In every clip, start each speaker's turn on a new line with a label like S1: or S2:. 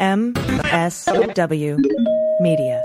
S1: MSW Media.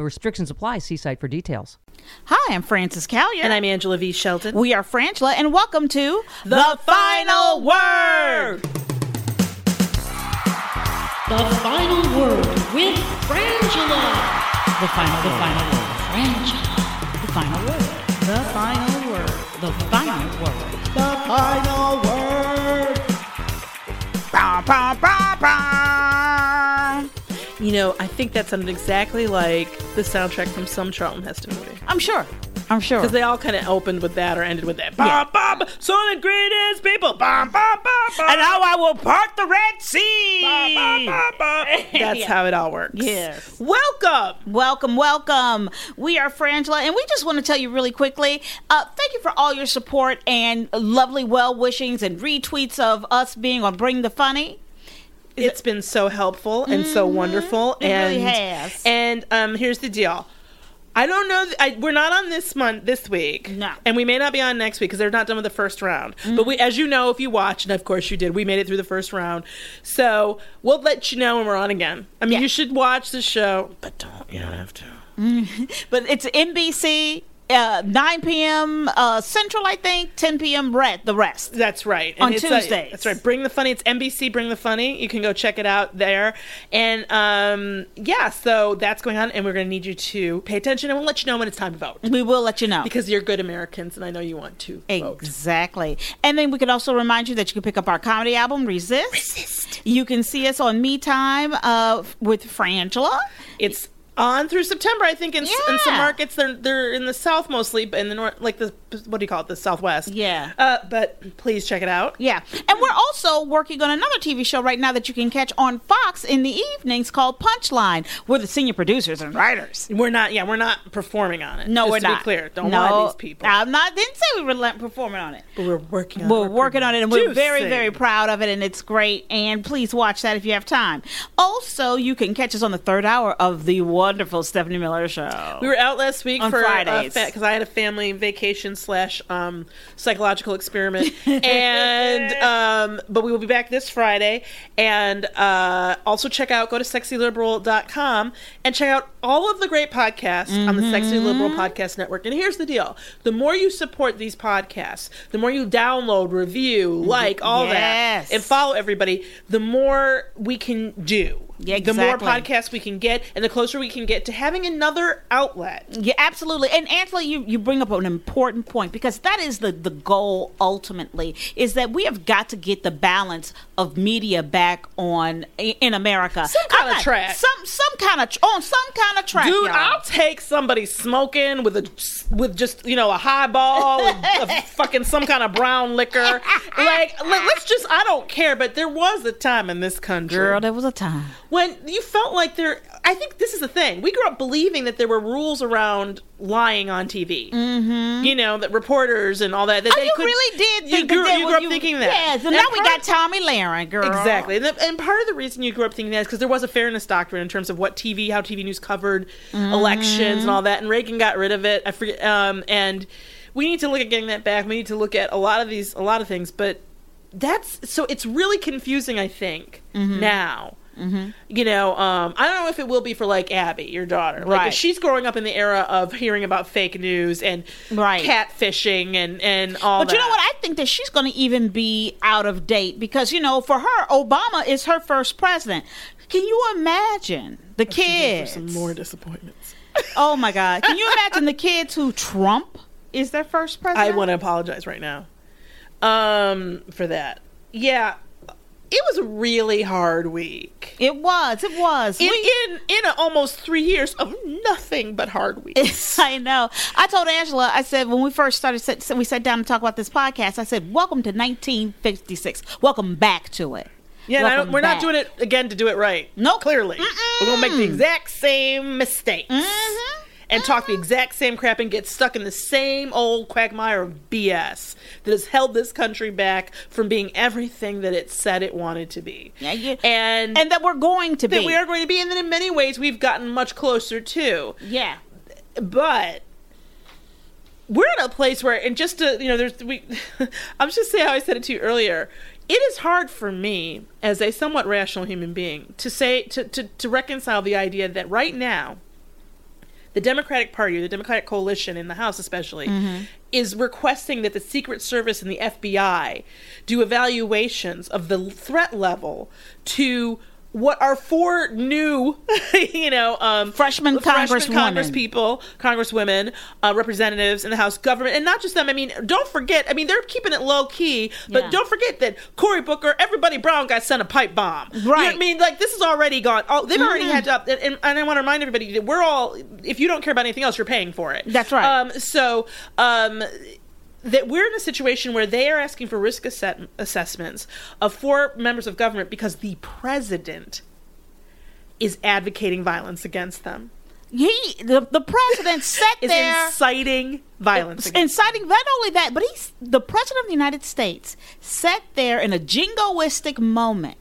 S2: Restrictions apply. See site for details.
S3: Hi, I'm Frances Callier.
S4: And I'm Angela V. Shelton.
S3: Oh, we are Frangela, and welcome to
S4: The Final Word.
S1: The final word with Frangela. The final, the final word. Frangela. The final word. The final word. The final word. The final word.
S3: Bah, bah, bah, bah.
S5: You know, I think that sounded exactly like the soundtrack from some Charlton Heston movie.
S3: I'm sure. I'm sure.
S5: Because they all kind of opened with that or ended with that. Bah, bah, bah, so the greatest people. Bah, bah, bah, bah.
S3: and now I will part the Red Sea.
S5: Bah, bah, bah, bah. That's how it all works.
S3: Yes.
S5: Welcome.
S3: Welcome, welcome. We are Frangela, and we just want to tell you really quickly uh, thank you for all your support and lovely well wishings and retweets of us being on Bring the Funny.
S5: It's been so helpful and so wonderful.
S3: Mm-hmm. It
S5: and
S3: really has.
S5: and um, here's the deal. I don't know. th- I, we're not on this month, this week,
S3: No.
S5: and we may not be on next week because they're not done with the first round. But we, as you know, if you watch, and of course you did, we made it through the first round. So we'll let you know when we're on again. I mean, you should watch the show, but don't. You don't have to.
S3: But it's NBC, uh, 9 p.m. Uh, Central, I think, 10 p.m. Red, the rest.
S5: That's right.
S3: On
S5: it's like-
S3: Tuesdays.
S5: that's right. Bring the funny. It's NBC. Bring the funny. You can go check it out there. And um, yeah, so that's going on, and we're going to need you to pay attention, and we'll let you know when it's time to vote
S3: We will let you know.
S5: because you're good Americans, and I know you want to vote.
S3: Exactly. And then we could also remind you that you can pick up our comedy album, Resist. Resist. You can see us on Me Time uh, with Frangela.
S5: It's
S4: on through September. I think in, s in some
S3: Yeah.
S4: markets they're they're in the south mostly, but in the north, like the what do you call it, the southwest.
S3: Yeah.
S4: Uh, but please check it out.
S3: Yeah. And we're also working on another TV show right now that you can catch on Fox in the evenings called Punchline. We're the senior producers and writers.
S4: We're not. Yeah, we're not performing on it.
S3: No,
S4: just
S3: we're
S4: to
S3: not.
S4: Be clear. Don't
S3: no,
S4: lie to these people.
S3: I'm not. Didn't say we were la- performing on it.
S4: But we're working. on it.
S3: We're working on it, and we're very,
S4: producing.
S3: very proud of it, and it's great. And please watch that if you have time. Also, you can catch us on the third hour of the wonderful Stephanie Miller show.
S4: We were out last week
S3: On
S4: for
S3: Fridays.
S4: because I had a family vacation slash um, psychological experiment, and um, but we will be back this Friday. And uh, also check out go to sexyliberal.com and check out all of the great podcasts on
S3: Mm-hmm.
S4: the Sexy Liberal Podcast Network. And here's the deal: the more you support these podcasts, the more you download, review, like all
S3: Mm-hmm. Yes.
S4: that, and follow everybody, the more we can do.
S3: Yeah,
S4: The more
S3: exactly.
S4: podcasts we can get, and the closer we can get to having another outlet.
S3: Yeah, absolutely. And Angela, you, you bring up an important point because that is the, the goal ultimately is that we have got to get the balance of media back on i- in America.
S4: Some kind
S3: I'm
S4: of
S3: not-
S4: track.
S3: Some some kind of tr- on some kind of track.
S4: Dude,
S3: y'all.
S4: I'll take somebody smoking with a with just you know a highball, a, a fucking some kind of brown liquor. Like let, us just I don't care. But there was a time in this country
S3: Girl, there was a time.
S4: when you felt like there. I think this is the thing. We grew up believing that there were rules around lying on TV. Mm-hmm. You know that reporters and all that. that
S3: Oh,
S4: they
S3: you
S4: could-
S3: really did
S4: You
S3: think
S4: grew,
S3: that
S4: you
S3: when
S4: grew up thinking that.
S3: Yes, and
S4: And
S3: now
S4: I'm
S3: we
S4: proud-
S3: got Tommy Laren, girl.
S4: Exactly. And, the, and part of the reason you grew up thinking that is because there was a fairness doctrine in terms of what TV, how TV news covered elections and all that. And Reagan got rid of it. I forget. Um, and we need to look at getting that back. We need to look at a lot of these, a lot of things. But that's so it's really confusing, I think, now. You know, um, I don't know if it will be for like Abby, your daughter. Like,
S3: Right.
S4: if she's growing up in the era of hearing about fake news and
S3: Right.
S4: catfishing and and all.
S3: But you know
S4: that.
S3: what? I think that she's going to even be out of date because you know, for her, Obama is her first president. Can you imagine the kids?
S4: more disappointments.
S3: Oh my God! Can you imagine the kids who Trump is their first
S4: I
S3: president?
S4: want to apologize right now um, for that. Yeah, it was a really hard week.
S3: It was. It was.
S4: In,
S3: We-
S4: in in a, almost three years of nothing but hard weeks.
S3: I know. I told Angela, I said, when we first started, sit- sit- we sat down and talked about this podcast, I said, welcome to 1956. Welcome back to it.
S4: Yeah, and I don't,
S3: Welcome
S4: we're
S3: back.
S4: not doing it again to do it right.
S3: Nope.
S4: clearly we're gonna make the exact same mistakes
S3: Mhm.
S4: and talk the exact same crap and get stuck in the same old quagmire of BS that has held this country back from being everything that it said it wanted to be.
S3: Yeah, yeah.
S4: and
S3: And that we're going to
S4: that
S3: be.
S4: we are going to be, and then in many ways we've gotten much closer to.
S3: yeah.
S4: But we're in a place where, and just to you know, there's we. I'm just saying how I said it to you earlier. It is hard for me, as a somewhat rational human being, to say to to, to reconcile the idea that right now. The Democratic Party, the Democratic coalition in the House, especially,
S3: Mm-hmm.
S4: is requesting that the Secret Service and the FBI do evaluations of the threat level to what are four new, you know, um,
S3: Freshman congresswomen.
S4: Congress people, Congresswomen, uh, representatives in the House government, and not just them. I mean, don't forget. I mean, they're keeping it low key, but
S3: Yeah.
S4: don't forget that Cory Booker, everybody Brown got sent a pipe bomb. You know what
S3: Right. Mm-hmm.
S4: I mean, like this is already gone. Oh, they've already had to up. And, and, and I want to remind everybody that we're all. If you don't care about anything else, you're paying for it.
S3: That's right.
S4: Um, so. Um, that we're in a situation where they are asking for risk asset- assessments of four members of government because the president is advocating violence against them
S3: He, the, the president sat
S4: is
S3: there.
S4: inciting violence. against-
S3: inciting not only that but he's the president of the united states sat there in a jingoistic moment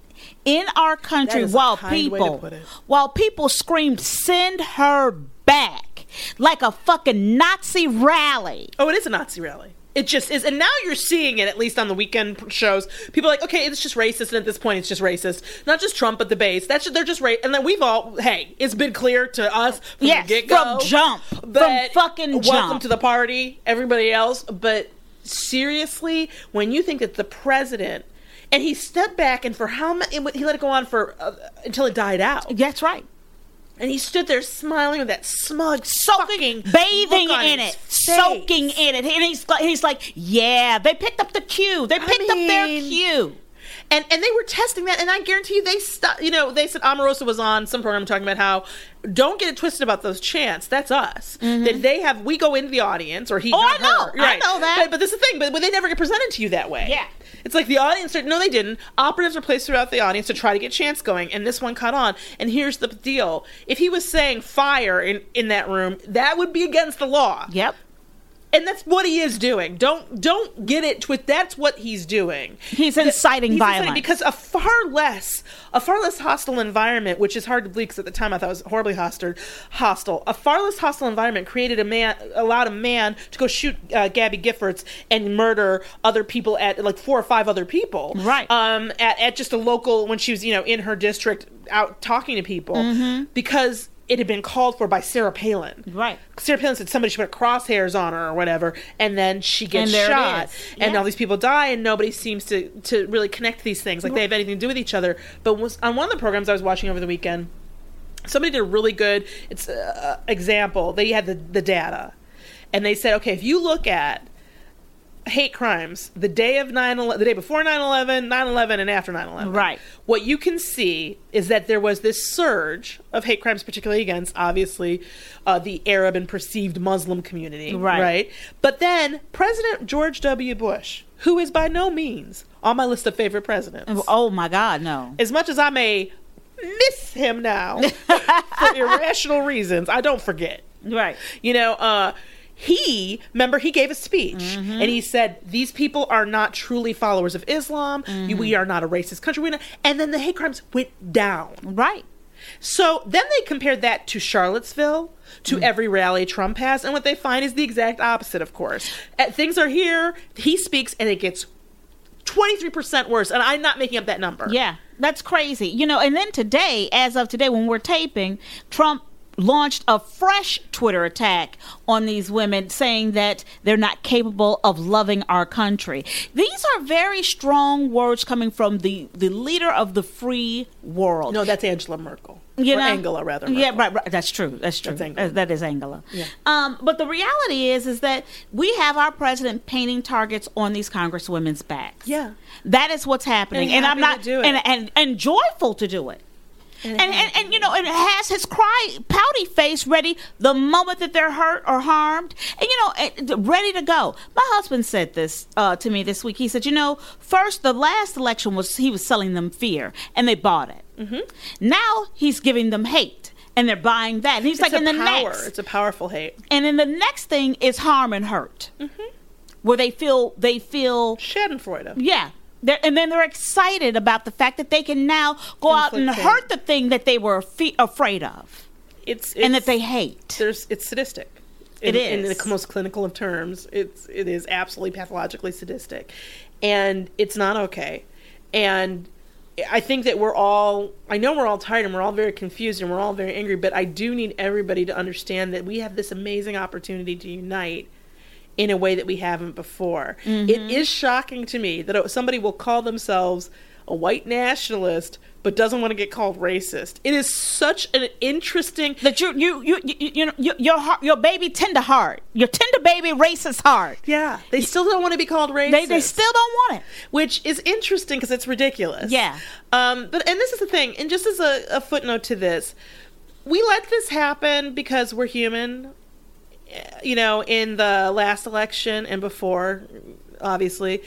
S3: in our country
S4: is a
S3: while
S4: kind way to
S3: people
S4: put it.
S3: while people screamed send her back like a fucking nazi rally
S4: oh, it is a Nazi rally. It just is, and now you're seeing it at least on the weekend p- shows. People are like, okay, it's just racist, and at this point, it's just racist. Not just Trump, but the base. That's they're just right. And then we've all, hey, it's been clear to us from
S3: Yes,
S4: the get go,
S3: from jump. From fucking
S4: welcome
S3: jump.
S4: to the party, everybody else. But seriously, when you think that the president. And he stepped back, and for how many? He let it go on for uh, until it died out.
S3: that's right
S4: And he stood there smiling with that smug, soaking,
S3: soaking
S5: Oh,
S3: bathing
S4: look on
S3: in
S4: his
S3: it
S4: face.
S3: soaking in it and he's like he's like yeah they picked up the cue they picked up their
S4: mean-
S3: cue
S5: and and they were testing that, and I guarantee you they stopped. You know, they said Omarosa was on some program talking about how don't get it twisted about those chants. That's us. That they have. We go into the audience, or he.
S3: Mm-hmm. Oh,
S5: not
S3: I know.
S5: her.
S3: I know that.
S5: But, but this is the thing. But, but they never get presented to you that way.
S3: Yeah.
S5: It's like the audience. No, they didn't. Operatives were placed throughout the audience to try to get chants going, and this one caught on. And here's the deal: if he was saying fire in in that room, that would be against the law
S3: Yep.
S5: and that's what he is doing. Don't don't get it twisted. That's what he's doing.
S3: He's inciting
S5: He's
S3: violence.
S5: because a far less a far less hostile environment, which is hard to believe because at the time I thought it was horribly hostile. Hostile. A far less hostile environment created a man allowed a man to go shoot uh, Gabby Giffords and murder other people at like four or five other people.
S3: Right.
S5: Um. At, at just a local when she was you know in her district out talking to people because it had been called for by Sarah Palin.
S3: Right.
S5: Sarah Palin said somebody should put crosshairs on her or whatever, and then she gets
S3: And there it
S5: shot,
S3: is.
S5: and
S3: Yeah.
S5: all these people die, and nobody seems to to really connect these things, like they have anything to do with each other. But was, on one of the programs I was watching over the weekend, somebody did a really good it's uh, example. They had the the data, and they said, okay, if you look at hate crimes the day of 9 the day before 9-11 9-11 and after 9-11
S3: Right.
S5: what you can see is that there was this surge of hate crimes particularly against obviously uh, the arab and perceived muslim community
S3: Right.
S5: but then president george w bush who is by no means on my list of favorite presidents
S3: Oh my God, no.
S5: as much as I may miss him now for irrational reasons, I don't forget.
S3: Right.
S5: You know, uh, he, remember, he gave a speech and he said, These people are not truly followers of Islam. You- We are not a racist country. We're not- And then the hate crimes went down.
S3: Right.
S5: So then they compared that to Charlottesville, to
S3: Mm-hmm.
S5: every rally Trump has. And what they find is the exact opposite, of course. Uh, things are here, he speaks, and it gets 23% worse. And I'm not making up that number.
S3: Yeah, that's crazy. You know, and then today, as of today, when we're taping, Trump launched a fresh Twitter attack on these women, saying that they're not capable of loving our country. These are very strong words coming from the, the leader of the free world.
S5: No, that's Angela Merkel.
S3: you
S5: or
S3: know?
S5: Angela, rather.
S3: Yeah,
S5: Merkel.
S3: right, right. That's true. That's true.
S5: That's Angela.
S3: That- that is Angela. Um, but the reality is, is that we have our president painting targets on these congresswomen's backs.
S5: Yeah.
S3: that is what's happening, and,
S5: And
S3: I'm
S5: happy to
S3: not
S5: do it.
S3: And, and and joyful to do it. And, and, and you know and has his cry pouty face ready the moment that they're hurt or harmed and you know and- and ready to go my husband said this uh, to me this week he said you know first the last election was he was selling them fear and they bought it now he's giving them hate and they're buying that and he's
S5: It's
S3: like in
S5: a
S3: the
S5: power.
S3: next
S5: It's a powerful hate.
S3: and then the next thing is harm and hurt where they feel they feel
S5: Schadenfreude.
S3: yeah. They're, and then they're excited about the fact that they can now go out and
S5: Inflict
S3: hurt the thing that they were afe- afraid of
S5: It's, it's
S3: and that they hate.
S5: There's it's sadistic.
S3: It
S5: In, in
S3: is.
S5: the most clinical of terms, it's it is absolutely pathologically sadistic, and it's not okay. And I think that we're all I know we're all tired and we're all very confused and we're all very angry, but I do need everybody to understand that we have this amazing opportunity to unite in a way that we haven't before. It is shocking to me that somebody will call themselves a white nationalist but doesn't want to get called racist. It is such an interesting
S3: That you you you you, you know you, your heart, your baby tender heart, your tender baby racist heart.
S5: Yeah, they still don't want to be called racist.
S3: They they still don't want it.
S5: which is interesting because it's ridiculous.
S3: Yeah.
S5: Um. But and this is the thing. And just as a, a footnote to this, we let this happen because we're human. eh, You know, in the last election and before, obviously.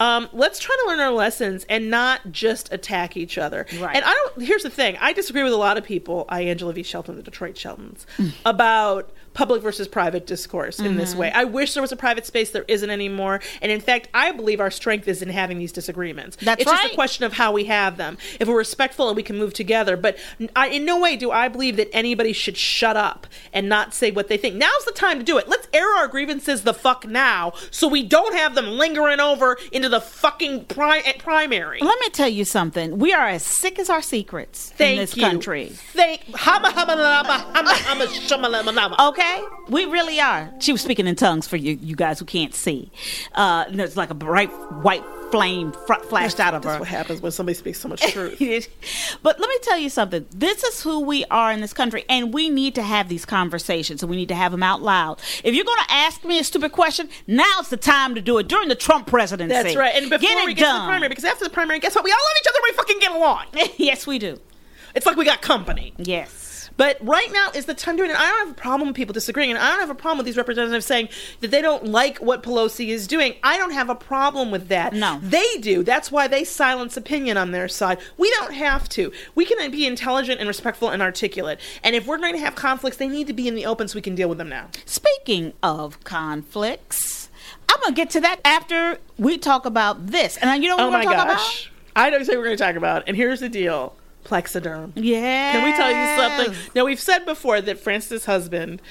S5: Um, let's try to learn our lessons and not just attack each other.
S3: Right.
S5: And I don't. Here's the thing. I disagree with a lot of people. I Angela V. Shelton, the Detroit Sheltons, about public versus private discourse in this way. I wish there was a private space. There isn't anymore. And in fact, I believe our strength is in having these disagreements.
S3: That's
S5: it's just
S3: right.
S5: a question of how we have them. If we're respectful and we can move together, but I, in no way do I believe that anybody should shut up and not say what they think. Now's the time to do it. Let's air our grievances the fuck now, so we don't have them lingering over into the fucking pri- primary.
S3: Let me tell you something. We are as sick as our secrets
S5: Thank
S3: in this
S5: you.
S3: country.
S5: Thank hama hama lama hama hama shama lama lama.
S3: Okay, we really are. She was speaking in tongues for you, you guys who can't see. Uh, you know, it's like a bright white flame fr- flashed out of her.
S5: That's what happens when somebody speaks so much truth.
S3: but let me tell you something. This is who we are in this country, and we need to have these conversations, and we need to have them out loud. If you're going to ask me a stupid question, now's the time to do it during the Trump presidency.
S5: That's right. And before
S3: Get
S5: we
S3: it
S5: get to the
S3: done.
S5: primary, because after the primary, guess what? We all love each other. We fucking get along.
S3: yes, we do.
S5: It's like we got company.
S3: Yes.
S5: But right now is the time to do it. And I don't have a problem with people disagreeing. And I don't have a problem with these representatives saying that they don't like what Pelosi is doing. I don't have a problem with that.
S3: No.
S5: They do. That's why they silence opinion on their side. We don't have to. We can be intelligent and respectful and articulate. And if we're going to have conflicts, they need to be in the open so we can deal with them now.
S3: Speaking of conflicts, I'm going to get to that after we talk about this. And uh, you know what
S5: oh
S3: we're
S5: my
S3: going to talk
S5: gosh. I know exactly what we're going to talk about. And here's the deal Plexiderm.
S3: about? Yeah.
S5: Can we tell you something? Now, we've said before that Francis' husband,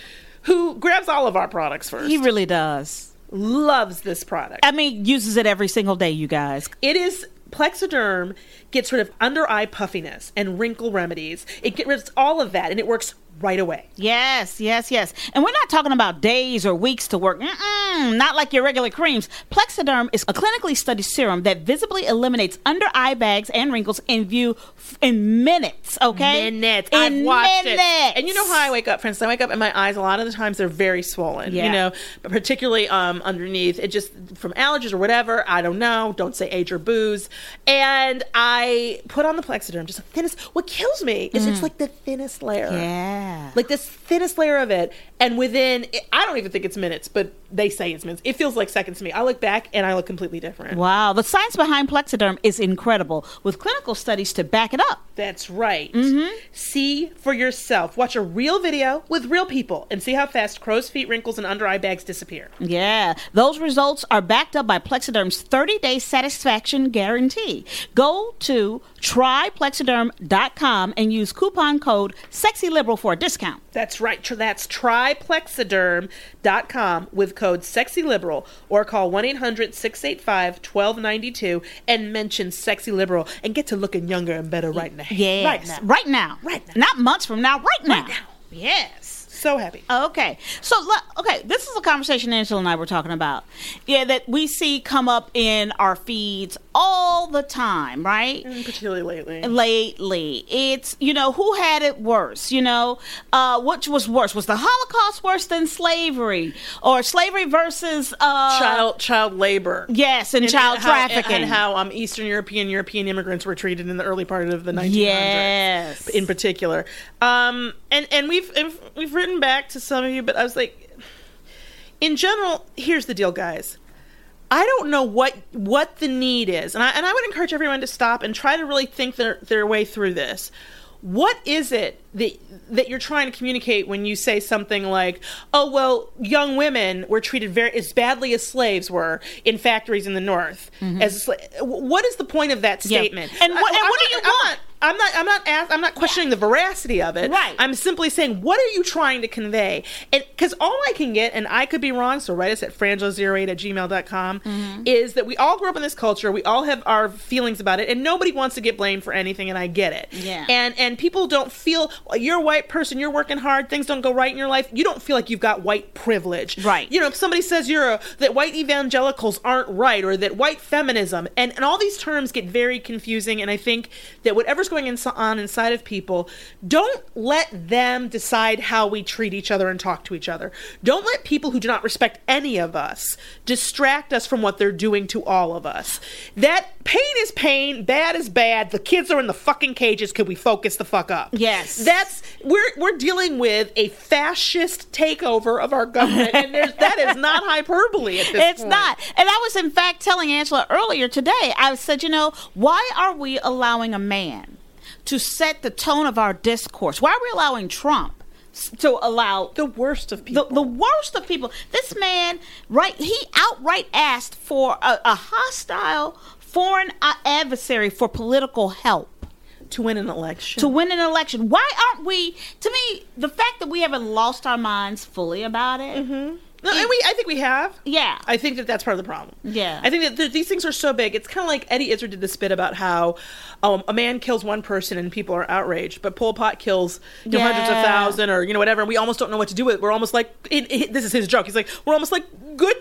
S5: who grabs all of our products first,
S3: He really does.
S5: loves this product.
S3: I mean, uses it every single day, you guys.
S5: It is Plexiderm gets rid of under eye puffiness and wrinkle remedies. It gets rid of all of that and it works right away.
S3: Yes, yes, yes. And we're not talking about days or weeks to work. Mm-mm, not like your regular creams. Plexiderm is a clinically studied serum that visibly eliminates under eye bags and wrinkles in view f- in minutes, okay? In
S5: I've watched
S3: minutes.
S5: it. And you know how I wake up, Francis? I wake up and my eyes, a lot of the times, they're very swollen,
S3: Yeah.
S5: you know, but particularly um, underneath. It just from allergies or whatever. I don't know. Don't say age or booze. And I put on the Plexiderm, just the thinnest. What kills me is it's like the thinnest layer.
S3: Yeah.
S5: Like this thinnest layer of it. And within, I don't even think it's minutes, but they say it's minutes. It feels like seconds to me. I look back and I look completely different.
S3: Wow, the science behind Plexiderm is incredible with clinical studies to back it up.
S5: That's right. Mm-hmm. See for yourself. Watch a real video with real people and see how fast crow's feet, wrinkles, and under eye bags disappear.
S3: Yeah, those results are backed up by Plexiderm's 30 day satisfaction guarantee. Go to tryplexiderm.com and use coupon code SEXYLIBERAL for a discount.
S5: That's right. Tr- That's triplexiderm.com with code SEXYLIBERAL or call 1 800 685 1292 and mention Sexy Liberal and get to looking younger and better right now.
S3: Yes,
S5: Right now.
S3: Right now.
S5: Right now.
S3: Not months from now, right now.
S5: now.
S3: Yes.
S5: So happy.
S3: Okay. So, le- okay, this is a conversation Angela and I were talking about. Yeah, that we see come up in our feeds all the time, right?
S5: Particularly lately.
S3: lately. It's, you know, who had it worse? You know, uh, which was worse? Was the Holocaust worse than slavery? Or slavery versus. Uh,
S5: Child, child labor.
S3: Yes, and, child
S5: how- and-
S3: trafficking.
S5: and how um, Eastern European European immigrants were treated in the early part of the 1900s.
S3: Yes.
S5: in particular. Um, and and we've and we've written back to some of you, but I was like, in general, here's the deal, guys. I don't know what what the need is, and I and I would encourage everyone to stop and try to really think their their way through this. What is it that that you're trying to communicate when you say something like, "Oh well, young women were treated very as badly as slaves were in factories in the North"? As sla- what is the point of that
S3: Yeah.
S5: statement?
S3: And what-
S5: I-
S3: and
S5: I'm
S3: what do
S5: not-
S3: you
S5: I'm
S3: want?
S5: not- I'm not. I'm not. Ask, I'm not questioning the veracity of it.
S3: Right.
S5: I'm simply saying, what are you trying to convey? And because all I can get, and I could be wrong, so write us at frangela08 at gmail.com,
S3: Mm-hmm.
S5: is that we all grew up in this culture. We all have our feelings about it, and nobody wants to get blamed for anything, and I get it.
S3: Yeah.
S5: And and people don't feel well, you're a white person. You're working hard. Things don't go right in your life. You don't feel like you've got white privilege.
S3: Right.
S5: You know, if somebody says you're a, that white evangelicals aren't right or that white feminism and, and all these terms get very confusing and i think that whatever's going in, on inside of people don't let them decide how we treat each other and talk to each other don't let people who do not respect any of us distract us from what they're doing to all of us that pain is pain bad is bad the kids are in the fucking cages could we focus the fuck up
S3: Yes.
S5: that's we're we're dealing with a fascist takeover of our government and there's that is not hyperbole at this
S3: It's
S5: point.
S3: not. And I was, in fact, telling Angela earlier today, I said, you know, why are we allowing a man to set the tone of our discourse? Why are we allowing Trump s- to allow
S5: the worst of
S3: the,
S5: people.
S3: the worst of people. This man, right, he outright asked for a, a hostile foreign uh, adversary for political help
S5: to win an election.
S3: to win an election.
S5: Mm-hmm.
S3: Why aren't we? To me, the fact that we haven't lost our minds fully about it is
S5: No, and we, I think we have.
S3: Yeah.
S5: I think that that's part of the problem.
S3: Yeah.
S5: I think that th- these things are so big. It's kind of like Eddie Izzard did this bit about how um, a man kills one person and people are outraged, but Pol Pot kills you know, hundreds of
S3: Yeah.
S5: thousands or you know whatever, and we almost don't know what to do with it. We're almost like it, it- this is his joke. He's like, we're almost like, good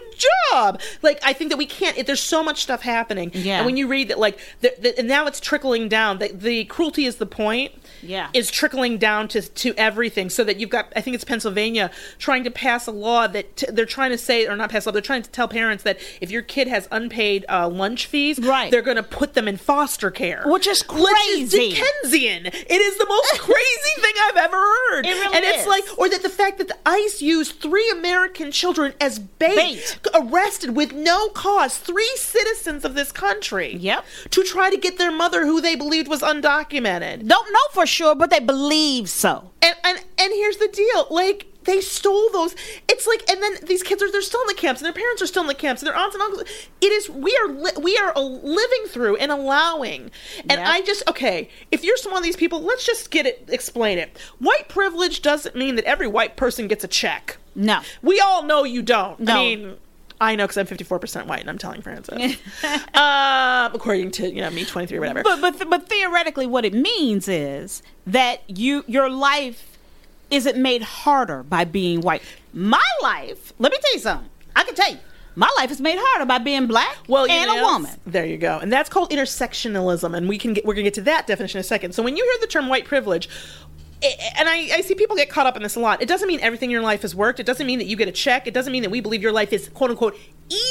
S5: job. Like I think that we can't. It, there's so much stuff happening.
S3: Yeah.
S5: And when you read that, like, the, the, and now it's trickling down. The, the cruelty is the point
S3: Yeah.
S5: is trickling down to to everything so that you've got i think it's pennsylvania trying to pass a law that t- they're trying to say or not pass a law they're trying to tell parents that if your kid has unpaid uh, lunch fees
S3: Right.
S5: they're going to put them in foster care
S3: Which is crazy.
S5: which is dickensian it is the most crazy thing i've ever heard
S3: It really
S5: and it's
S3: is.
S5: like or that the fact that the ice used three american children as bait,
S3: Bait.
S5: arrested with no cause three citizens of this country
S3: Yep.
S5: to try to get their mother who they believed was undocumented
S3: Don't know for sure, but they believe so.
S5: and and and here's the deal like they stole those it's like and then these kids are they're still in the camps and their parents are still in the camps and their aunts and uncles it is we are li- we are al- living through and allowing and
S3: Yeah.
S5: i just okay if you're some of these people let's just get it explain it white privilege doesn't mean that every white person gets a check
S3: No.
S5: we all know you don't
S3: No.
S5: i mean I know because I'm 54% white and I'm telling Francis. um, according to, you know, me 23 or whatever.
S3: But but but theoretically, what it means is that you your life isn't made harder by being white. My life, let me tell you something. I can tell you, my life is made harder by being black
S5: well, you
S3: and a
S5: know,
S3: woman.
S5: There you go, and that's called intersectionalism, and we can get we're gonna get to that definition in a second. So when you hear the term white privilege. i- And I, I see people get caught up in this a lot. It doesn't mean everything in your life has worked. It doesn't mean that you get a check. It doesn't mean that we believe your life is quote unquote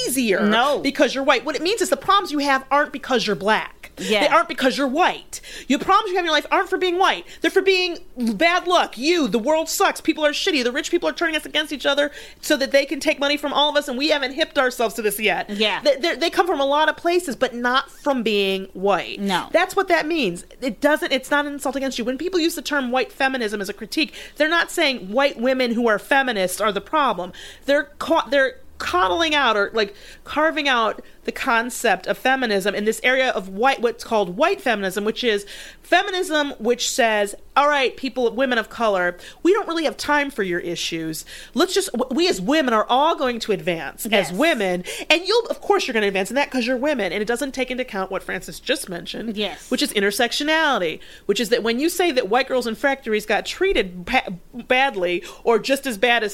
S5: easier
S3: No.
S5: because you're white. What it means is the problems you have aren't because you're black.
S3: Yeah.
S5: They aren't because you're white. Your problems you have in your life aren't for being white. They're for being bad luck. You, the world sucks. People are shitty. The rich people are turning us against each other so that they can take money from all of us, and we haven't hipped ourselves to this yet.
S3: Yeah.
S5: They, they're- they come from a lot of places, but not from being white.
S3: No.
S5: That's what that means. It doesn't, it's not an insult against you. When people use the term white feminism as a critique, they're not saying white women who are feminists are the problem. They're caught, they're coddling out or like carving out the concept of feminism in this area of white what's called white feminism which is feminism which says all right people women of color we don't really have time for your issues let's just we as women are all going to advance
S3: Yes.
S5: as women and you'll of course you're going to advance in that because you're women and it doesn't take into account what francis just mentioned
S3: Yes.
S5: which is intersectionality which is that when you say that white girls in factories got treated ba- badly or just as bad as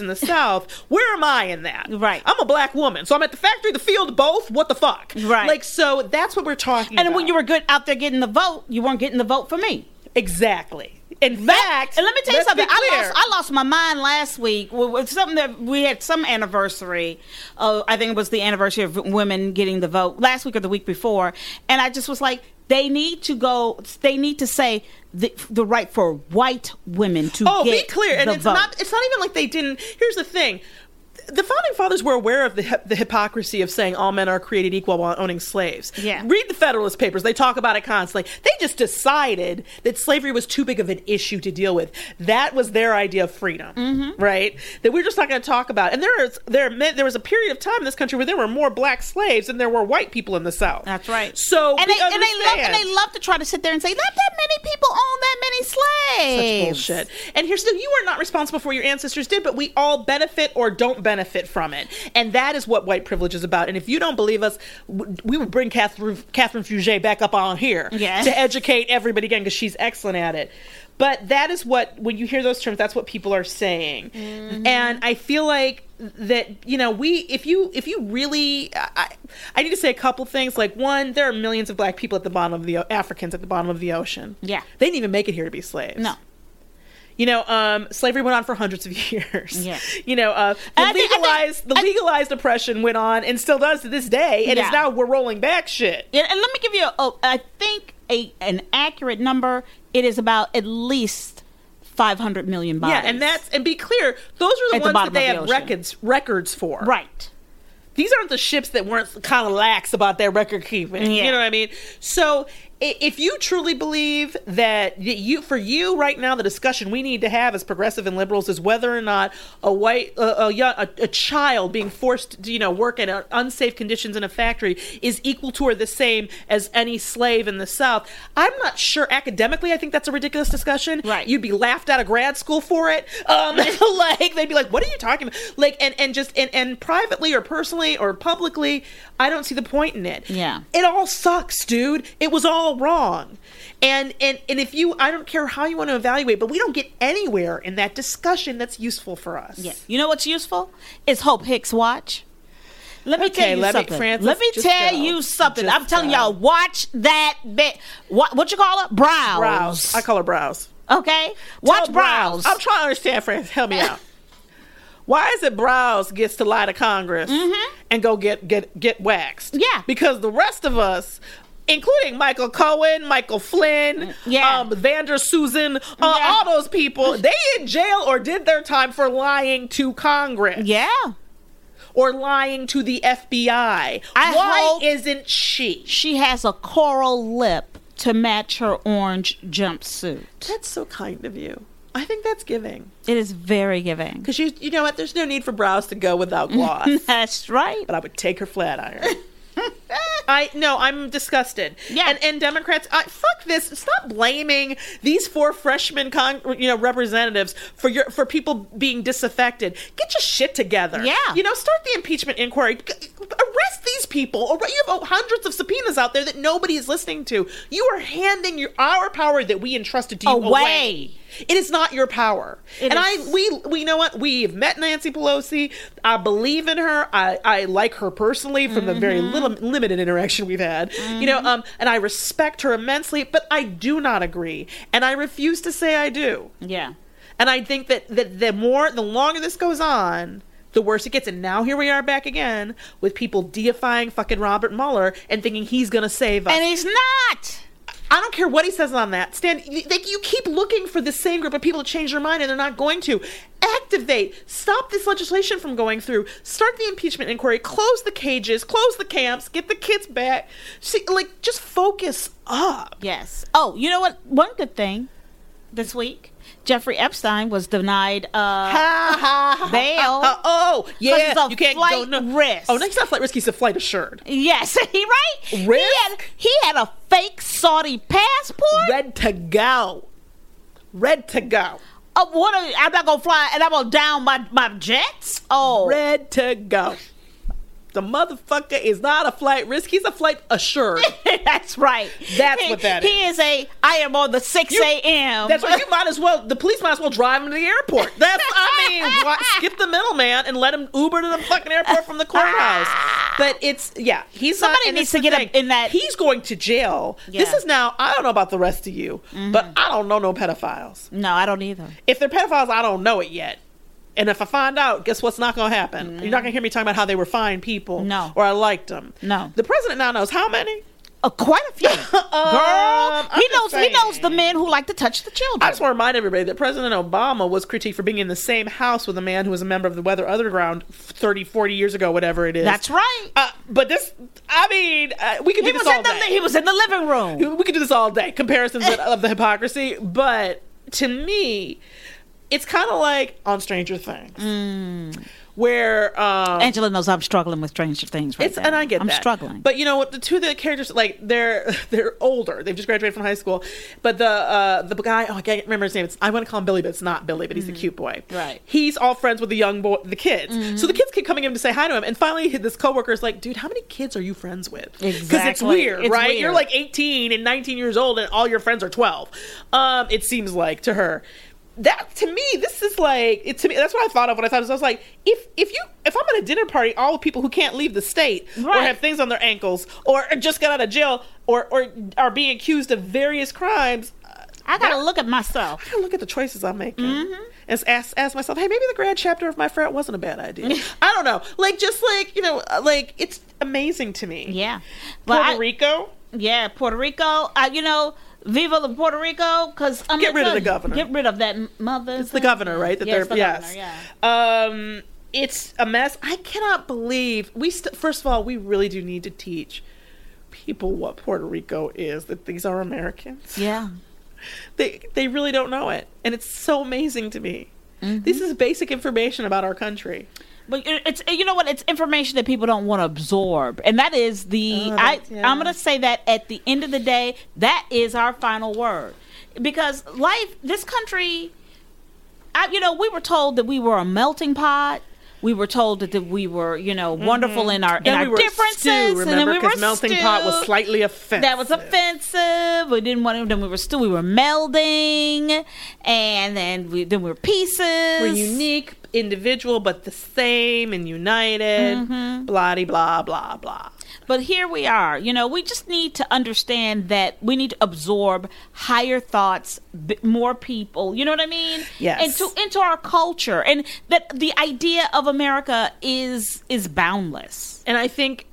S5: in the south where am i in that
S3: Right.
S5: i'm a black woman so i'm at the factory the field both what the fuck
S3: Right.
S5: like so that's what we're talking
S3: And
S5: about
S3: when you were good out there getting the vote, you weren't getting the vote for me.
S5: exactly in fact
S3: And let me tell you
S5: let's be
S3: something. I
S5: clear.
S3: lost, I lost my mind last week with, with something that we had some anniversary. Uh, I think it was the anniversary of women getting the vote last week or the week before, and I just was like, they need to go. They need to say the, the right for white women to
S5: oh
S3: get
S5: be clear and
S3: the
S5: it's
S3: vote.
S5: not it's not even like they didn't here's the thing the founding fathers were aware of the, hy- the hypocrisy of saying all men are created equal while owning slaves.
S3: Yeah.
S5: Read the Federalist Papers. They talk about it constantly. They just decided that slavery was too big of an issue to deal with. That was their idea of freedom, right? That we're just not going to talk about. And there is there are men- there was a period of time in this country where there were more black slaves than there were white people in the South.
S3: That's right.
S5: So
S3: and
S5: we
S3: they, and they love and
S5: understand.
S3: they love to try to sit there and say not that many people own that many
S5: Such
S3: slaves.
S5: bullshit. And here's the you are not responsible for what your ancestors did, but we all benefit or don't benefit from it. And that is what white privilege is about. And if you don't believe us, w- we will bring Catherine, Catherine Fugé back up on here
S3: Yeah.
S5: to educate everybody again because she's excellent at it. But that is what, when you hear those terms, that's what people are saying.
S3: Mm-hmm.
S5: And I feel like that you know we if you if you really I, I need to say a couple things like one there are millions of black people at the bottom of the o- africans at the bottom of the ocean
S3: Yeah.
S5: they didn't even make it here to be slaves
S3: No.
S5: you know, um, slavery went on for hundreds of years.
S3: Yeah.
S5: You know, uh, the
S3: And I think- I think-
S5: legalized the
S3: I-
S5: legalized oppression went on and still does to this day, and
S3: Yeah.
S5: it's now we're rolling back shit.
S3: And, and let me give you, a, a, I think, a an accurate number. It is about at least five hundred million bodies.
S5: Yeah, and that's and be clear, those are the
S3: At the
S5: ones
S3: bottom
S5: that they
S3: of the
S5: have
S3: ocean.
S5: records records for.
S3: right.
S5: These aren't the ships that weren't kind of lax about their record keeping.
S3: Yeah.
S5: You know what I mean? So. i- i- if you truly believe that y- you, for you right now, the discussion we need to have as progressive and liberals is whether or not a white, a, a, young, a, a child being forced to, you know, work in uh, unsafe conditions in a factory is equal to or the same as any slave in the South. I'm not sure academically. I think that's a ridiculous discussion. Right. You'd be laughed out of grad school for it. Um, like they'd be like, "What are you talking about?" Like, and and just and and privately or personally or publicly, I don't see the point in it.
S3: Yeah.
S5: It all sucks, dude. It was all wrong. And and and if you, I don't care how you want to evaluate, but we don't get anywhere in that discussion that's useful for us.
S3: Yeah. You know what's useful? It's Hope Hicks watch. Let me tell you
S5: let me-
S3: something.
S5: Francis,
S3: let me
S5: just
S3: tell
S5: go.
S3: you something.
S5: Just
S3: I'm telling
S5: go.
S3: y'all, watch that bit. What, what you call it? Browse.
S5: Brows. I call her brows.
S3: Okay. Watch
S5: Oh,
S3: browse.
S5: I'm trying to understand, friends. Help me out. Why is it Browse gets to lie to Congress and go get get get waxed?
S3: Mm-hmm. Yeah.
S5: because the rest of us. Including Michael Cohen, Michael Flynn,
S3: yeah.
S5: um, Vander Susan, uh,
S3: Yeah.
S5: all those people, they in jail or did their time for lying to Congress
S3: yeah.
S5: or lying to the FBI.
S3: I
S5: Why
S3: hope-
S5: isn't she?
S3: She has a coral lip to match her orange jumpsuit.
S5: That's so kind of you. I think that's giving.
S3: It is very giving.
S5: Because you, you know what? There's no need for Browse to go without gloss.
S3: That's right.
S5: but I would take her flat iron. I no, I'm disgusted.
S3: Yeah.
S5: and and Democrats, I, fuck this. Stop blaming these four freshmen, con, you know, representatives for your for people being disaffected. Get your shit together.
S3: Yeah.
S5: you know, start the impeachment inquiry. G- Arrest these people. Arre- You have oh, hundreds of subpoenas out there that nobody is listening to. You are handing your our power that we entrusted to you
S3: Away.
S5: away. It is not your power.
S3: It
S5: and
S3: is-
S5: I we we you know what? We've met Nancy Pelosi. I believe in her. I, I like her personally from the very little
S3: Mm-hmm.
S5: limited interaction we've had. You know, um, and I respect her immensely, but I do not agree. And I refuse to say I do.
S3: Yeah.
S5: And I think that, that the more the longer this goes on, the worse it gets. And now here we are back again with people deifying fucking Robert Mueller and thinking he's gonna save us.
S3: And he's not.
S5: I don't care what he says on that. Stan, you, they, you keep looking for the same group of people to change their mind, and they're not going to. Activate. Stop this legislation from going through. Start the impeachment inquiry. Close the cages. Close the camps. Get the kids back. See, like, just focus up.
S3: Yes. Oh, you know what? One good thing this week, Jeffrey Epstein was denied uh,
S5: Ha ha ha.
S3: bail.
S5: ha. Oh, yeah.
S3: he's a
S5: you can't
S3: flight
S5: go no.
S3: risk.
S5: Oh, no, he's not flight risk. He's a flight assured.
S3: Yes, he right. He had,
S5: Risk?
S3: he had a fake Saudi passport.
S5: Red to go. Red to go.
S3: Uh, what are- I'm not gonna fly, and I'm gonna down my, my jets. Oh,
S5: Red to go. The motherfucker is not a flight risk. He's a flight assured.
S3: that's right.
S5: That's
S3: he,
S5: what that
S3: he is. a. I am on the six
S5: You-
S3: a.m.
S5: That's right. You might as well. The police might as well drive him to the airport. That's. I mean, why, skip the middleman and let him Uber to the fucking airport from the courthouse. But it's yeah. He's not-
S3: Ah. Somebody
S5: and
S3: needs
S5: this is
S3: to
S5: the
S3: get up
S5: thing.
S3: in that-
S5: He's going to jail. This
S3: Yeah.
S5: is now. I don't know about the rest of you,
S2: Mm-hmm.
S5: but I don't know no pedophiles.
S3: No, I don't either.
S5: If they're pedophiles, I don't know it yet. And if I find out, guess what's not going to happen?
S2: Mm-hmm.
S5: You're not going to hear me talking about how they were fine people.
S3: No.
S5: Or I liked them.
S3: No.
S5: The president now knows how many? Um,
S3: Uh, quite a few. Girl,
S5: I'm
S3: he knows.
S5: just
S3: He knows
S5: saying.
S3: the men who like to touch the children.
S5: I just want to remind everybody that President Obama was critiqued for being in the same house with a man who was a member of the Weather Underground 30, 40 years ago, whatever it is.
S3: That's right.
S5: Uh, but this, I mean, uh, we could
S3: he
S5: do
S3: was
S5: this all
S3: in the.
S5: day.
S3: He was in the living room.
S5: we could do this all day. Comparisons of- of the hypocrisy. But to me, it's kind of like on Stranger Things, where um,
S3: Angela knows I'm struggling with Stranger Things right
S5: it's
S3: now.
S5: and I get
S3: I'm
S5: that.
S3: struggling.
S5: But you know what? The two of the characters like they're they're older. They've just graduated from high school. But the uh the guy oh I can't remember his name. It's, I want to call him Billy, but it's not Billy. But he's a cute boy.
S3: Mm. Right. Mm-hmm.
S5: He's all friends with the young boy, the kids. So the kids keep coming in to say hi to him. And finally, this coworker is like, "Dude, how many kids are you friends with? it's
S3: Exactly.
S5: weird,
S3: It's
S5: right? You're
S3: weird.
S5: like 18 and 19 years old, and all your friends are 12. Um, it seems like to her." That to me, this is like it, to me. That's what I thought of when I thought. Of this. I was like, if if you if I'm at a dinner party, all with people who can't leave the state, or
S3: Right.
S5: have things on their ankles or just got out of jail or, or are being accused of various crimes, uh,
S3: I gotta look at myself. Mm-hmm.
S5: I gotta look at the choices I'm making and s- ask, ask myself, hey, maybe the grad chapter of my frat wasn't a bad idea. I don't know. Like, just like, you know, uh, like it's amazing to me.
S3: Yeah, but
S5: Puerto
S3: I-
S5: Rico,
S3: yeah, Puerto Rico. Uh, you know, Viva la Puerto Rico. Because I'm
S5: Get
S3: gonna
S5: rid of
S3: tell
S5: the
S3: you,
S5: governor.
S3: Get rid of that m- mother.
S5: it's the governor, right? That
S3: Yes,
S5: they're,
S3: the governor,
S5: yes. Um, it's a mess. I cannot believe we, st- first of all, we really do need to teach people what Puerto Rico is, that these are Americans.
S3: Yeah.
S5: They they really don't know it. And it's so amazing to me. This is basic information about our country.
S3: Mm-hmm. But it- it's you know what? It's information that people don't want to absorb, and that is the
S5: Oh,
S3: I.
S5: that's- yeah.
S3: I'm gonna say that at the end of the day, that is our final word, because life, this country, I, you know, we were told that we were a melting pot. We were told that, that we were, you know, wonderful in our in
S5: Mm-hmm. Then
S3: our
S5: we were a
S3: differences,
S5: stew,
S3: and then
S5: remember,
S3: we were
S5: 'cause melting pot was
S3: stew.
S5: slightly offensive.
S3: That was offensive. We didn't want to. Then we were still we were melding, and then we then we were pieces.
S5: We're unique, individual, but the same and united.
S3: Mm-hmm.
S5: Blah de blah blah blah.
S3: But here we are. You know, we just need to understand that we need to absorb higher thoughts, b- more people. You know what I mean?
S5: Yes.
S3: Into into our culture, and that the idea of America is is boundless.
S5: And I think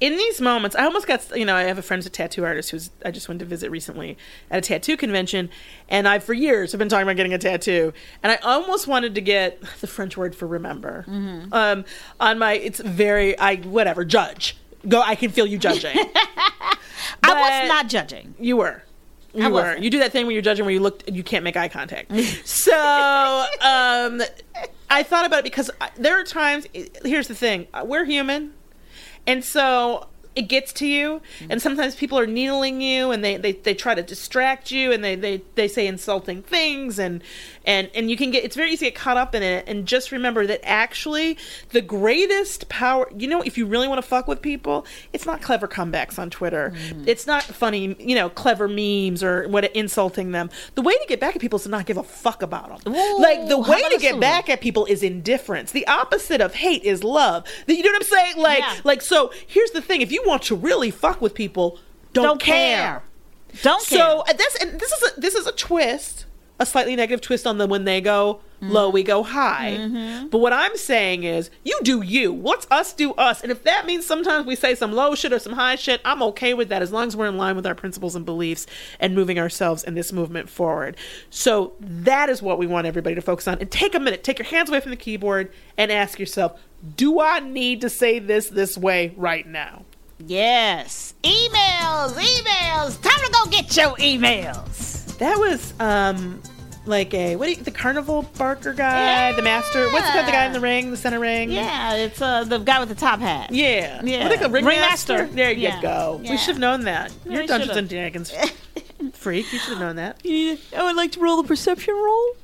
S5: in these moments, I almost got you know I have a friend who's a tattoo artist who's I just went to visit recently at a tattoo convention, and I for years have been talking about getting a tattoo, and I almost wanted to get the French word for remember
S3: Mm-hmm.
S5: um, on my it's very I whatever judge go I can feel you judging
S3: I
S5: But-
S3: was not judging.
S5: you were. You were.
S3: wasn't.
S5: You do that thing when you're judging where you look, you can't make eye contact. so um, I thought about it because I, there are times. Here's the thing: uh, we're human, and so it gets to you. And sometimes people are needling you, and they, they, they try to distract you, and they, they, they say insulting things, and and and you can get. It's very easy to get caught up in it. And just remember that actually, the greatest power. You know, if you really want to fuck with people, it's not clever comebacks on Twitter.
S3: Mm.
S5: It's not funny. You know, clever memes or what insulting them. The way to get back at people is to not give a fuck about them. like the
S3: Ooh,
S5: way
S3: how
S5: to get
S3: about
S5: back at people is indifference. The opposite of hate is love. The- You know what I'm saying? Like,
S3: Yeah.
S5: like so. Here's the thing: if you want to really fuck with people, don't,
S3: Don't care. Don't
S5: So
S3: care.
S5: and that's and this is a, this is a twist, a slightly negative twist on the when they go low,
S3: Mm.
S5: we go high.
S3: Mm-hmm.
S5: But what I'm saying is, you do you. What's us do us. And if that means sometimes we say some low shit or some high shit, I'm okay with that as long as we're in line with our principles and beliefs and moving ourselves in this movement forward. So that is what we want everybody to focus on. And take a minute, take your hands away from the keyboard, and ask yourself. Do I need to say this this way right now?
S3: Yes. Emails. Emails. Time to go get your emails.
S5: That was um like a what do you, the carnival barker guy, the master. What's the, the guy in the ring, the center ring?
S3: Yeah, it's uh, the guy with the top hat.
S5: Yeah.
S3: Yeah.
S5: What do they call- ringmaster?
S3: Ringmaster.
S5: There you
S3: Yeah.
S5: go.
S3: Yeah.
S5: We should have known that. You're
S3: we
S5: a Dungeons
S3: should've.
S5: and Dragons freak. You should have known that. Is
S3: I would like to roll the perception roll.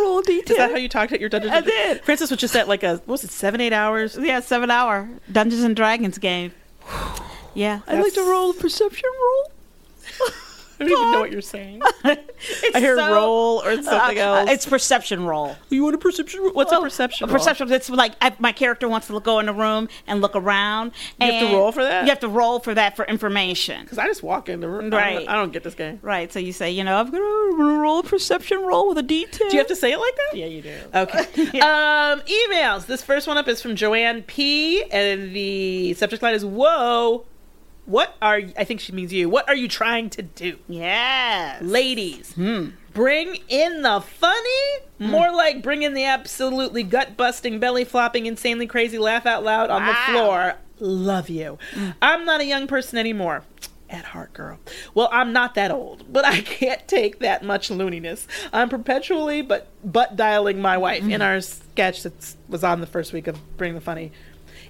S3: roll detail.
S5: that how you talked at your Dungeons?
S3: I
S5: and-
S3: did.
S5: Francis was just at like a what was it seven eight hours?
S3: Yeah, seven hour Dungeons and Dragons game. Yeah, I'd
S5: like to
S3: roll a perception roll.
S5: I don't even know what you're saying. I hear
S3: so-
S5: roll or something else.
S3: it's perception roll.
S5: you want a perception? roll? What's a
S3: A
S5: perception? roll?
S3: perception. It's like I, my character wants to go in the room and look around.
S5: You have to
S3: and
S5: roll for that?
S3: You have to roll for that for information.
S5: 'Cause I just walk in the room. I
S3: Right.
S5: don't, I don't get this game.
S3: Right. So you say, you know, I'm gonna roll a perception roll with a detail.
S5: Do you have to say it like that? Yeah, you do. Okay. um, emails. This first one up is from Joanne P. And the subject line is Whoa, what are, y- I think she means you, what are you trying to do?
S3: Yes.
S5: Ladies, bring in the funny, more like bring in the absolutely gut busting, belly flopping, insanely crazy laugh out loud on the floor. Love you. I'm not a young person anymore. At heart, girl. Well, I'm not that old, but I can't take that much looniness. I'm perpetually but butt dialing my wife in our sketch that was on the first week of Bring the Funny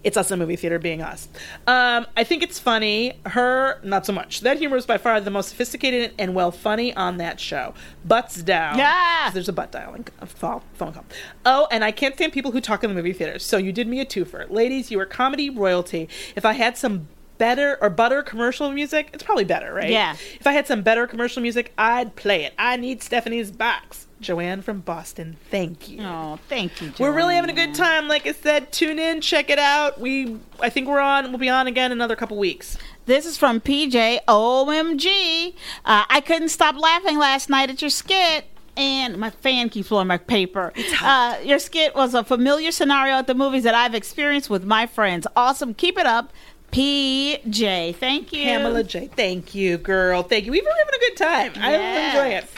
S5: it's us in movie theater being us. Um, I think it's funny. Her, not so much. That humor is by far the most sophisticated and well funny on that show. Butts down.
S3: Yeah.
S5: There's a butt dialing a phone phone call. Oh, and I can't stand people who talk in the movie theater. So you did me a twofer, ladies. You are comedy royalty. If I had some better or butter commercial music, it's probably better, right?
S3: Yeah.
S5: If I had some better commercial music, I'd play it. I need Stephanie's box. Joanne from Boston. Thank you.
S3: Oh, thank you.
S5: We're really
S3: Joanne.
S5: having a good time. Like I said, tune in, check it out. We, I think we're on. We'll be on again in another couple weeks.
S3: This is from PJ. OMG. Uh, I couldn't stop laughing last night at your skit. And my fan keeps blowing my paper. Uh, your skit was a familiar scenario at the movies that I've experienced with my friends. Awesome. Keep it up. PJ. Thank you.
S5: Pamela J, thank you, girl. Thank you. We've been having a good time.
S3: Yes.
S5: I'm enjoying it.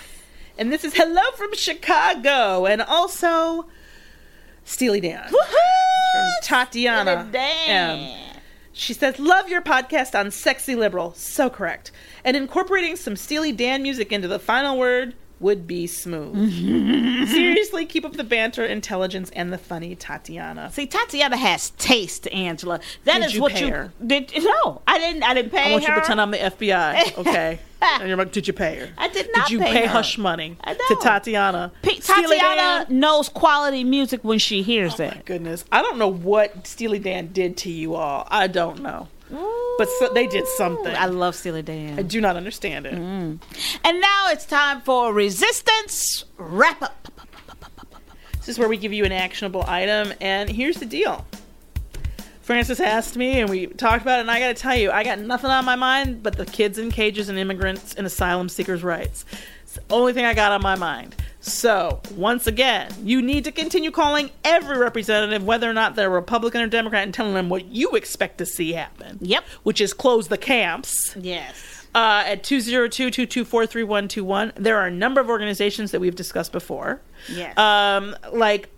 S5: And this is hello from Chicago, and also Steely Dan
S3: Woohoo!
S5: from Tatiana.
S3: Damn.
S5: M. She says, Love your podcast on sexy liberal. So correct. And incorporating some Steely Dan music into the final word would be smooth. Seriously, keep up the banter, intelligence, and the funny, Tatiana.
S3: See, Tatiana has taste, Angela. That is
S5: Did you
S3: what
S5: pay
S3: you
S5: her?
S3: did. No, I didn't. I didn't pay
S5: I want you
S3: her.
S5: to pretend I'm the FBI, okay? and you're like, did you pay her?
S3: I did not
S5: Did you
S3: pay
S5: pay,
S3: her.
S5: hush money
S3: I
S5: to
S3: know.
S5: Tatiana?
S3: P-
S5: Steely
S3: Tatiana
S5: Dan? Oh
S3: knows quality music when she hears it.
S5: Goodness, I don't know what Steely Dan did to you all. I don't know, but so, they did something.
S3: I
S5: I,
S3: love Steely Dan. Mm.
S5: do not understand it.
S3: And now it's time for resistance wrap up.
S5: This is where we give you an actionable item, and here's the deal. Francis asked me, and we talked about it, and I gotta tell you, I got nothing on my mind but the kids in cages and immigrants and asylum seekers' rights. It's the only thing I got on my mind. So, once again, you need to continue calling every representative, whether or not they're Republican or Democrat, and telling them what you expect to see happen.
S3: Yep.
S5: Which is close the camps
S3: Yes.
S5: uh, at 202-224-3121. There are a number of organizations that we've discussed before.
S3: Yes.
S5: Um, like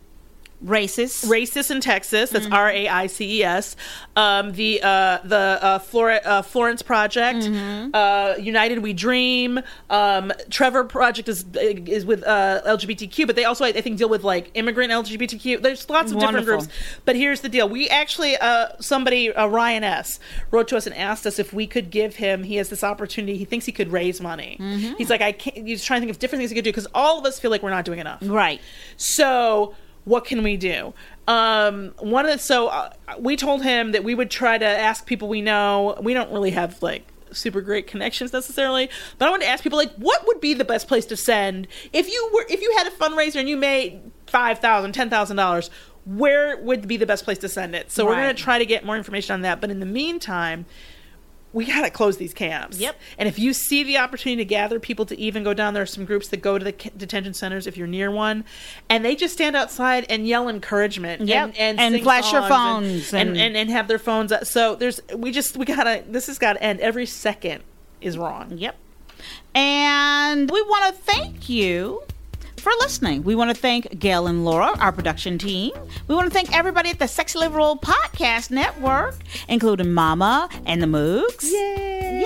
S3: Racist. Mm-hmm.
S5: Racist in Texas, that's R-A-I-C-E-S. E Um, the uh, the uh, Flor- uh, Florence Project,
S3: Mm-hmm.
S5: uh, United We Dream, um, Trevor Project is is with uh, LGBTQ, but they also I, I think deal with like immigrant LGBTQ. There's lots of different
S3: Wonderful.
S5: groups. But here's the deal: we actually, uh, somebody, uh, Ryan S, wrote to us and asked us if we could give him. He has this opportunity. He thinks he could raise money.
S3: Mm-hmm.
S5: He's like, I can't. He's trying to think of different things he could do because all of us feel like we're not doing enough.
S3: right.
S5: So what can we do? Um, one of the, so uh, we told him that we would try to ask people we know. We don't really have like super great connections necessarily, but I wanted to ask people like what would be the best place to send if you were if you had a fundraiser and you made five thousand, ten thousand dollars. Where would be the best place to send it? So we're
S3: Right.
S5: going to try to get more information on that. But in the meantime, we gotta close these camps.
S3: Yep.
S5: And if you see the opportunity to gather people to even go down, there are some groups that go to the c- detention centers if you're near one, and they just stand outside and yell encouragement.
S3: Yep.
S5: And and,
S3: And
S5: sing
S3: flash your
S5: songs
S3: phones
S5: and
S3: and-
S5: and, and have their phones. Up. So there's we just we gotta this has got to end. Every second is wrong.
S3: Yep. And we want to thank you for listening. We want to thank Gail and Laura, our production team. We want to thank everybody at the Sexy Liberal Podcast Network, including Mama and the Moogs. Yay!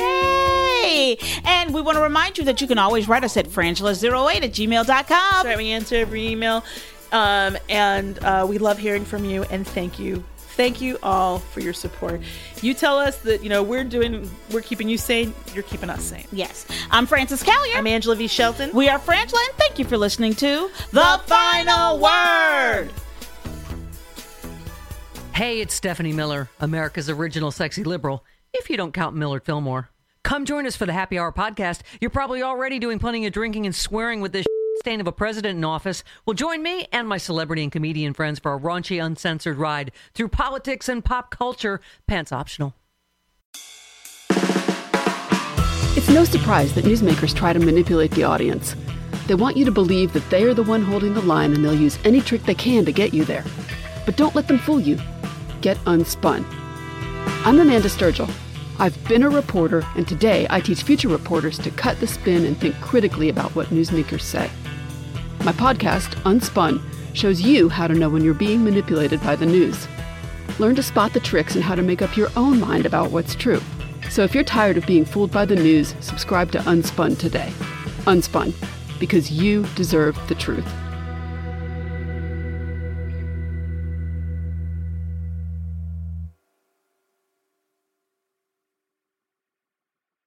S3: Yay! And we want to remind you that you can always write us at frangela08 at gmail.com.
S5: That's right. We answer every email, um, and uh, we love hearing from you. And thank you, thank you all for your support. You tell us that you know we're doing, we're keeping you sane. You're keeping us sane.
S3: Yes. I'm Frances Callier.
S5: I'm Angela V. Shelton.
S3: we are Frangela, and thank you for listening to The Final Word.
S2: Hey, it's Stephanie Miller, America's original sexy liberal, if you don't count Millard Fillmore. Come join us for the Happy Hour podcast. You're probably already doing plenty of drinking and swearing with this stain of a president in office. Well, join me and my celebrity and comedian friends for a raunchy, uncensored ride through politics and pop culture, pants optional.
S6: It's no surprise that newsmakers try to manipulate the audience. They want you to believe that they are the one holding the line and they'll use any trick they can to get you there. But don't let them fool you. Get unspun. I'm Amanda Sturgill. I've been a reporter, and today I teach future reporters to cut the spin and think critically about what newsmakers say. My podcast, Unspun, shows you how to know when you're being manipulated by the news. Learn to spot the tricks and how to make up your own mind about what's true. So if you're tired of being fooled by the news, subscribe to Unspun today. Unspun, because you deserve the truth.